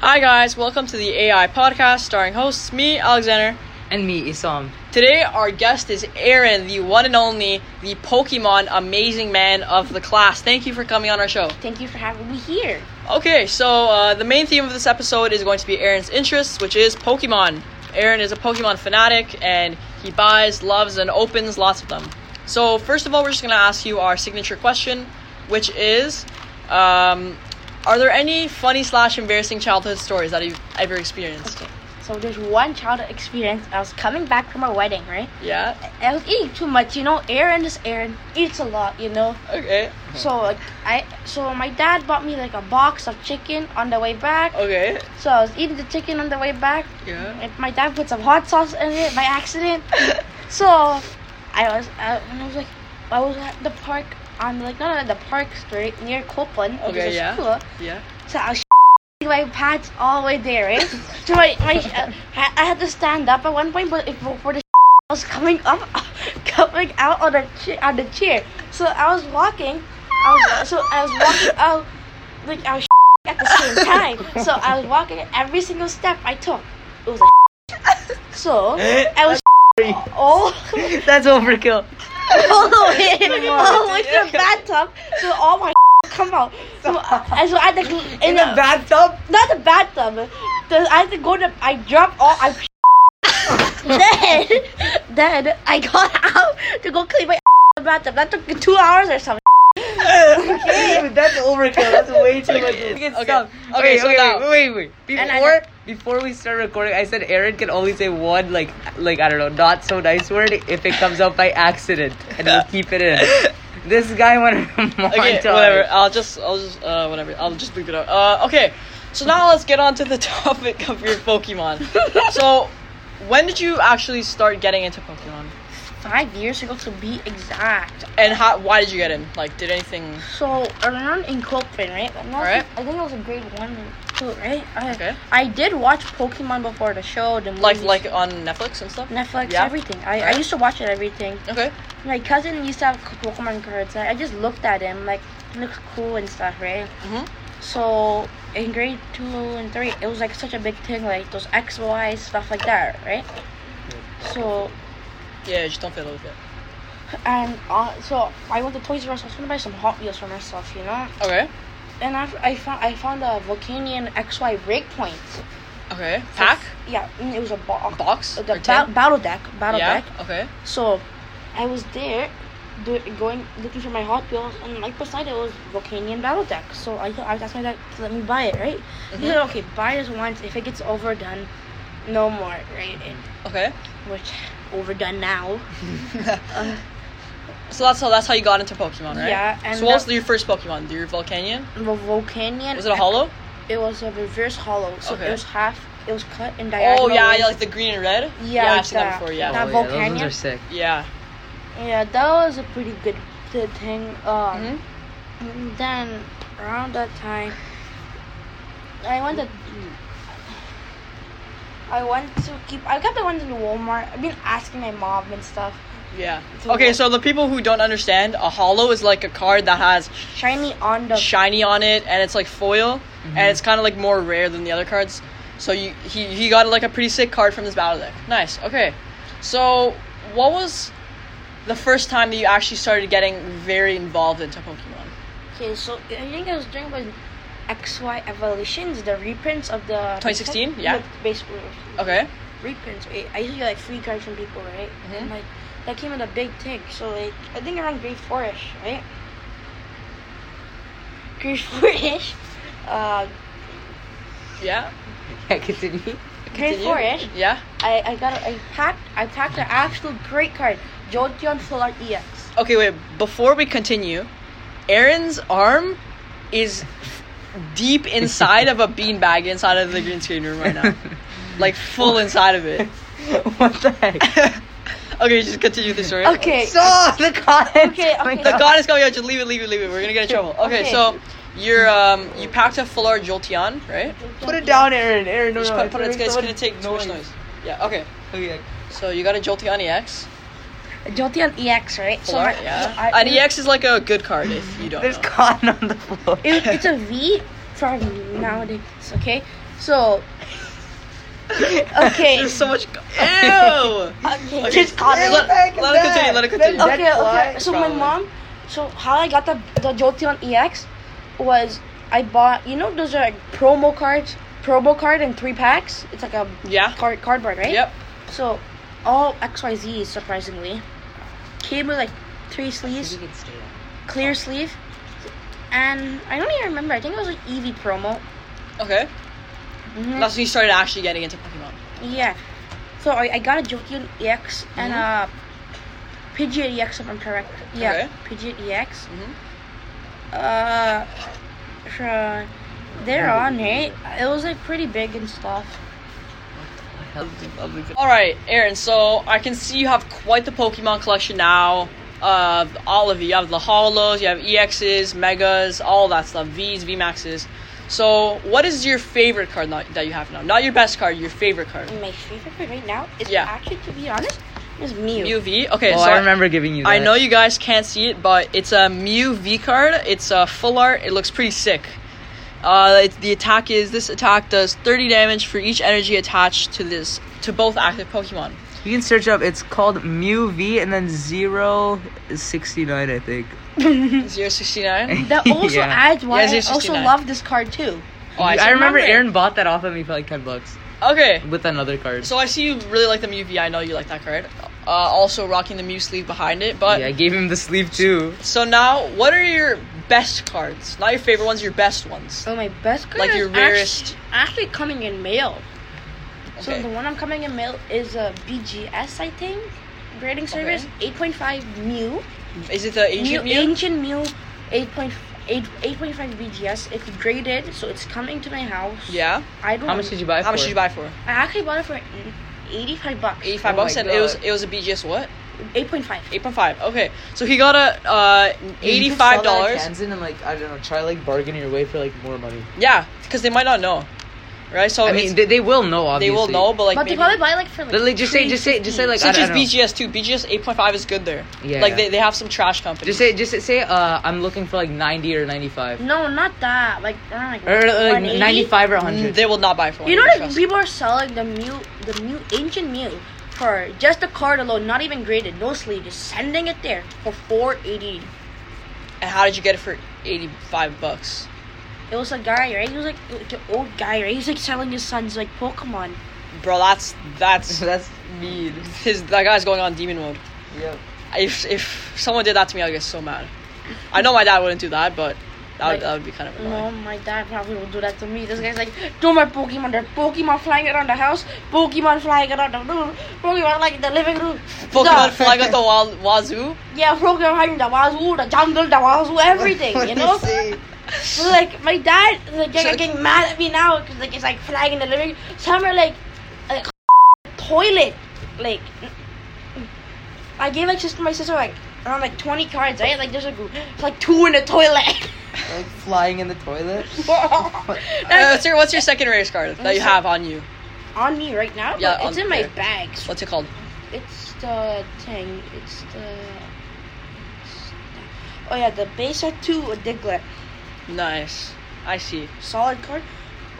Hi, guys, welcome to the AI podcast starring hosts me, Alexander. And me, Isam. Today, our guest is Aaron, the one and only, the Pokemon amazing man of the class. Thank you for coming on our show. Thank you for having me here. Okay, so uh, the main theme of this episode is going to be Aaron's interests, which is Pokemon. Aaron is a Pokemon fanatic, and he buys, loves, and opens lots of them. So first of all, we're just going to ask you our signature question, which is, um, are there any funny slash embarrassing childhood stories that you've ever experienced? Okay. So there's one childhood experience. I was coming back from a wedding, right? Yeah. I was eating too much, you know. Aaron is Aaron eats a lot, you know. Okay. So like I, so my dad bought me like a box of chicken on the way back. Okay. So I was eating the chicken on the way back, Yeah. and my dad put some hot sauce in it by accident. So I was, I, I was like, I was at the park. I'm like not at the park straight near Copeland, which Okay, is a yeah. school. yeah. So I was my pants all the way there, right? So my, my uh, I I had to stand up at one point, but if for the was coming up, coming out on the chair, on the chair. So I was walking, I was uh, so I was walking out, like I was at the same time. So I was walking every single step I took. It was a so I was all That's overkill. all the way, all the way to the bathtub. So all my come out. So uh, and so I had to in the bathtub? not the bathtub. The, I had to go to. I dropped all. I. then, then I got out to go clean my the bathtub. That took two hours or something. That's overkill. That's way too much. We can Okay. stop. Okay, wait, so okay, now- wait, wait, wait. And I Before before we start recording, I said Aaron can only say one like like I don't know, not so nice word if it comes out by accident, and we'll keep it in. This guy wanted Oh, a Okay, montage. whatever. I'll just, I'll just, uh, whatever. I'll just bleep it out. Uh, okay. So now let's get on to the topic of your Pokemon. so, when did you actually start getting into Pokemon? Five years ago to be exact. And how? Why did you get in? Like, did anything? So around in Copeland, right? And that was- Alright. I think it was a grade one or two, right? I, Okay. I did watch Pokemon before the show, the movies, Like, like on Netflix and stuff. Netflix, Yeah. everything. I, Alright. I used to watch it, everything. Okay. My cousin used to have Pokemon cards. and I just looked at him, like looks cool and stuff, right? Mhm. So in grade two and three, it was like such a big thing, like those X Y stuff like that, right? So Yeah, just don't feel a little bit. and uh, so I went to Toys R Us. I was gonna buy some Hot Wheels for myself, you know. Okay. And I, I found I found a Volcanion X Y breakpoint. Okay. Pack. Yeah, and it was a box. Box. The or ba- tin? battle deck. Battle yeah. deck. Okay. So, I was there, do, going looking for my Hot Wheels, and like beside it was Volcanion Battle Deck. So I thought I was asking my dad to let me buy it, right? Mm-hmm. He said, "Okay, buy this once. If it gets overdone, no more, right?" And- Okay. which overdone now? Um, So that's how that's how you got into Pokemon, right? Yeah, and so what was that- your first Pokemon? Your Volcanion? the Volcanion. Was it a Hollow? It was a reverse hollow, so Okay. it was half. It was cut in diagonal. Oh yeah, ways. yeah, like the green and red. Yeah, I've like seen that that. before. Yeah. Oh, That- yeah, those Volcanion. are sick. Yeah. Yeah, that was a pretty good good thing. Mhm. Um, Mm-hmm. and then around that time, I went to I went to keep. I got the ones in Walmart. I've been asking my mom and stuff. Yeah. So Okay, what- so the people who don't understand, a hollow is like a card that has Shiny on the shiny on it, and it's like foil, and it's kind of like more rare than the other cards. So you he he got like a pretty sick card from this battle deck. Nice. Okay, so what was the first time that you actually started getting very involved into Pokemon? Okay, so I think I was doing with XY Evolutions, the reprints of the 2016? Yeah. the baseball Okay. reprints. I I used to get like free cards from people, right? And Mm-hmm. like that came with a big thing. So like I think around grade four ish, right? Grade four ish. Uh, Yeah. Yeah, continue. grade Continue. four ish. Yeah. I, I got a, I packed I packed an absolute great card, E Jolteon Full Art EX. Okay, wait. Before we continue, Aaron's arm is deep inside of a beanbag inside of the green screen room right now, like full inside of it. what the heck? okay, just continue the story. Okay. So the comments. Okay, coming okay. The out. god is coming out. Just leave it, leave it, leave it. We're gonna get in trouble. Okay, Okay. so you're um you packed a full art Jolteon, right? Put it down, Aaron. Aaron, no, Just no. put, put it. It's, gonna- it's someone- gonna take too much noise. Yeah. Okay. Okay. So you got a Jolteon EX. Jolteon EX, E right? Full art. my- Yeah. E I- An EX is like a good card if you don't. There's know. cotton on the floor. It, it's a V problem nowadays. Okay, so okay, There's so much. Ew. okay, just call Hey, it. let- let it continue, let it continue. okay, That's okay. why- So probably. my mom, so how I got the the Jyoti on EX was I bought you know those are like promo cards, promo card and three packs. It's like a Yeah. card cardboard, right? Yep. So all XYZ surprisingly came with like three sleeves, clear sleeve, and I don't even remember. I think it was like EV promo. Okay. Mhm. That's when you started actually getting into Pokemon. Yeah. So I, I got a Jolteon EX and a Mm-hmm. Pidgeot EX if I'm correct. Yeah, Pidgeot EX. Mhm. Uh, sure. They're on, right? It was like pretty big and stuff. All right, Aaron. So I can see you have quite the Pokemon collection now. Uh, all of you. You have the Hollows, you have EXs, Megas, all that stuff. Vs, VMAXs. So what is your favorite card not, that you have now? Not your best card, your favorite card. My favorite card right now is Yeah. actually, to be honest, is Mew. Mew V. Okay, Oh, so I remember giving you. That. I know you guys can't see it, but it's a Mew V card. It's a full art. It looks pretty sick. Uh, it's, the attack is this attack does 30 damage for each energy attached to this to both active Pokemon. You can search up. It's called Mu V and then zero sixty nine. I think. 069. That also Yeah. adds why Yeah, I also 069. love this card too. Oh, I, I see. remember, remember it. Aaron bought that off of me for like ten bucks Okay, with another card. so I see you really like the Mew V. I know you like that card. Uh, also rocking the Mew sleeve behind it, but yeah, I gave him the sleeve too. so now what are your best cards? Not your favorite ones, your best ones. Oh, my best card Like is your actu- rarest- Actually, coming in mail. So Okay. the one I'm coming in mail is uh, a BGS, I think, grading service, 8.5 mu. Oh. Is it the ancient Mew? Ancient mu, 8.5 8, 8.5 BGS. It's graded, so it's coming to my house. Yeah. I don't. How much did you buy? How much for? did you buy for? I actually bought it for 85 bucks. 85 Oh bucks, my and it was God. it was a BGS what? 8.5. Eight point five. Okay, so he got a uh, eighty-five dollars. and like I don't know, try like bargain your way for like more money. Yeah, because they might not know, right? So I it's- mean, they, they will know. they Obviously, will know, but like but they maybe- probably buy like for like. But, like, just say, three just say, just say, like, such I, I as don't know. BGS too. BGS eight point five is good there. Yeah. Like they, they have some trash companies. Just say, just say, uh, I'm looking for like ninety or ninety five, No, not that. Like around like, or like 180? ninety five or Mm, hundred. they will not buy for one. You know I that trust. people are selling the Mew, the Mew, ancient Mew, for just the card alone, not even graded, no sleeve, just sending it there for 480. And how did you get it for eighty-five bucks? It was a guy, right? He was like the old guy, right? He's like selling his son's like Pokemon. Bro, that's that's That's mean. his. That guy's going on demon mode. Yeah. If if someone did that to me, I'd get so mad. I know my dad wouldn't do that, but that would, Like- that would be kind of annoying. No, my dad probably will do that to me. This guy's like, do my Pokemon, there are Pokemon flying around the house, Pokemon flying around the room, Pokemon like in the living room. Pokemon Duh. flying out the wall, wazoo. Yeah, Pokemon hiding the wazoo, the jungle, the wazoo, everything, you know? So, like my dad is like getting, So- getting mad at me now because like it's like flying in the living. Some are like, like toilet, like I gave like sister my sister like around like twenty cards right like there's like, like two in the toilet. Like flying in the toilet. Uh, what's your what's your second rarest card that you Listen. have on you? on me right now, Yeah, but it's on- in my yeah. bag. So What's it called? It's the thing. It's the. Oh yeah, the base at two a Diglett, Nice. I see. solid card,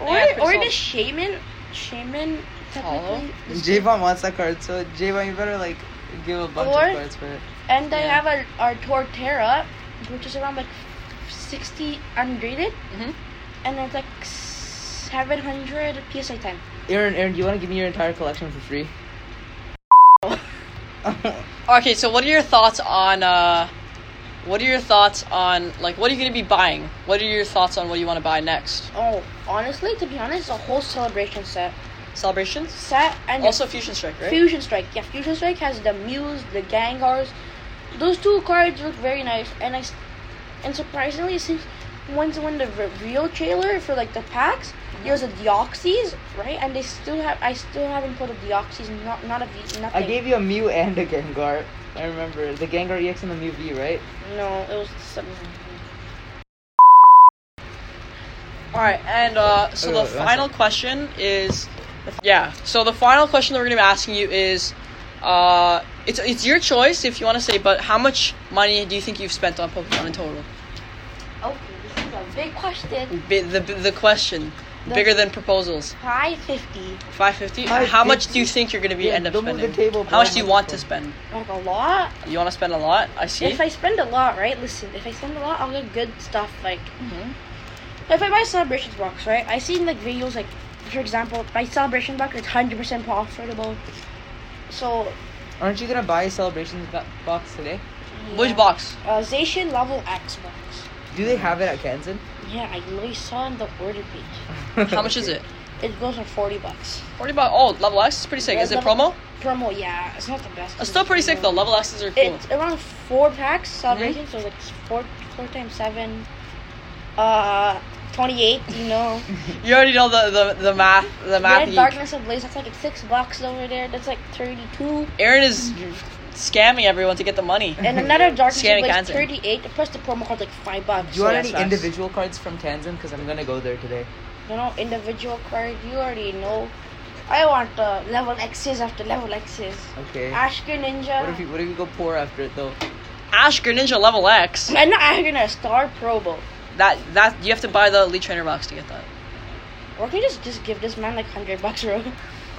or Yeah, pretty or the solid. shaman, shaman technically. the Javon wants that card, so Javon, you better like give a bunch of Or- cards for it. And I Yeah. have a, our Torterra, which is around like 60 ungraded. Mhm. And it's like 700 PSI time. Aaron, Aaron, do you want to give me your entire collection for free? Okay, so what are your thoughts on uh what are your thoughts on like what are you gonna be buying? What are your thoughts on what you wanna buy next? Oh, honestly, to be honest, a whole celebration set. Celebrations? Set and Also Fusion Strike, right? Fusion Strike. Yeah, Fusion Strike has the Muse, the Gengars. Those two cards look very nice. And I, s- and surprisingly, since once when the re- real trailer for like the packs, there was a Deoxys, right? And they still have, I still haven't put a Deoxys, not not a V, nothing. I gave you a Mew and a Gengar. I remember the Gengar EX and the Mew V, right? No, it was seven. Alright, and uh so Wait, the wait, one final question is yeah. So the final question that we're gonna be asking you is uh it's it's your choice if you wanna say, but how much money do you think you've spent on Pokemon in total? Okay, this is a big question. Bi- the, the question. The- Bigger than proposals. 550. 550? How much do you think you're going to be Yeah, end up don't move the spending? table, How much do you bro. want to spend? Like a lot? You want to spend a lot? I see. If I spend a lot, right? Listen, if I spend a lot, I'll get good stuff. Like, Mhm. if I buy a celebration box, right? I seen like videos, like, for example, my celebration box is 100% profitable. So, Aren't you gonna buy a celebration bo- box today? Which yeah. box? Uh, Zacian Level X box. Do they have it at Kansan? Yeah, I literally saw on the order page. How much is it? It goes for 40 bucks. 40 bucks. Oh, Level X is pretty sick. Yeah, Is it Level- promo? Promo, yeah, it's not the best. It's still pretty sick though. Level X's are cool. It's around four packs Mm-hmm. celebration, so it's like four four times seven, uh, twenty eight. You know, You already know the, the, the math. The math. red geek. darkness and blaze. That's like six bucks over there. That's like thirty two, Aaron is scamming everyone to get the money. and another darkness Scanning and blaze content. thirty eight. Plus the promo card like five bucks. Do you want Yes, any facts. individual cards from Tanzan? Because I'm gonna go there today. You know, individual card. You already know. I want the level X's after level X's. Okay. Ashka Ninja. uh, What if you What if you go poor after it though? Ashker Ninja Level X. I'm not Ashka Ninja. Star Probo. That that you have to buy the Elite Trainer box to get that. Or can you just just give this man like hundred bucks, bro?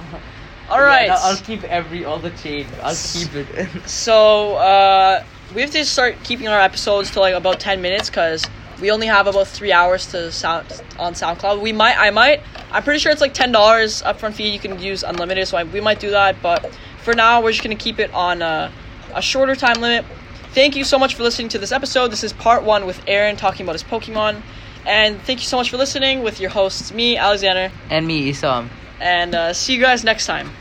All right. Yeah, I'll, I'll keep every all the change. I'll keep it. So uh, we have to start keeping our episodes to like about ten minutes because we only have about three hours to sound on SoundCloud. We might, I might, I'm pretty sure it's like ten dollars upfront fee. You can use unlimited, so I, we might do that. But for now, we're just gonna keep it on uh, a shorter time limit. Thank you so much for listening to this episode. This is part one with Aaron talking about his Pokemon, and thank you so much for listening with your hosts, me, Alexander, and me, Isam. and uh, see you guys next time.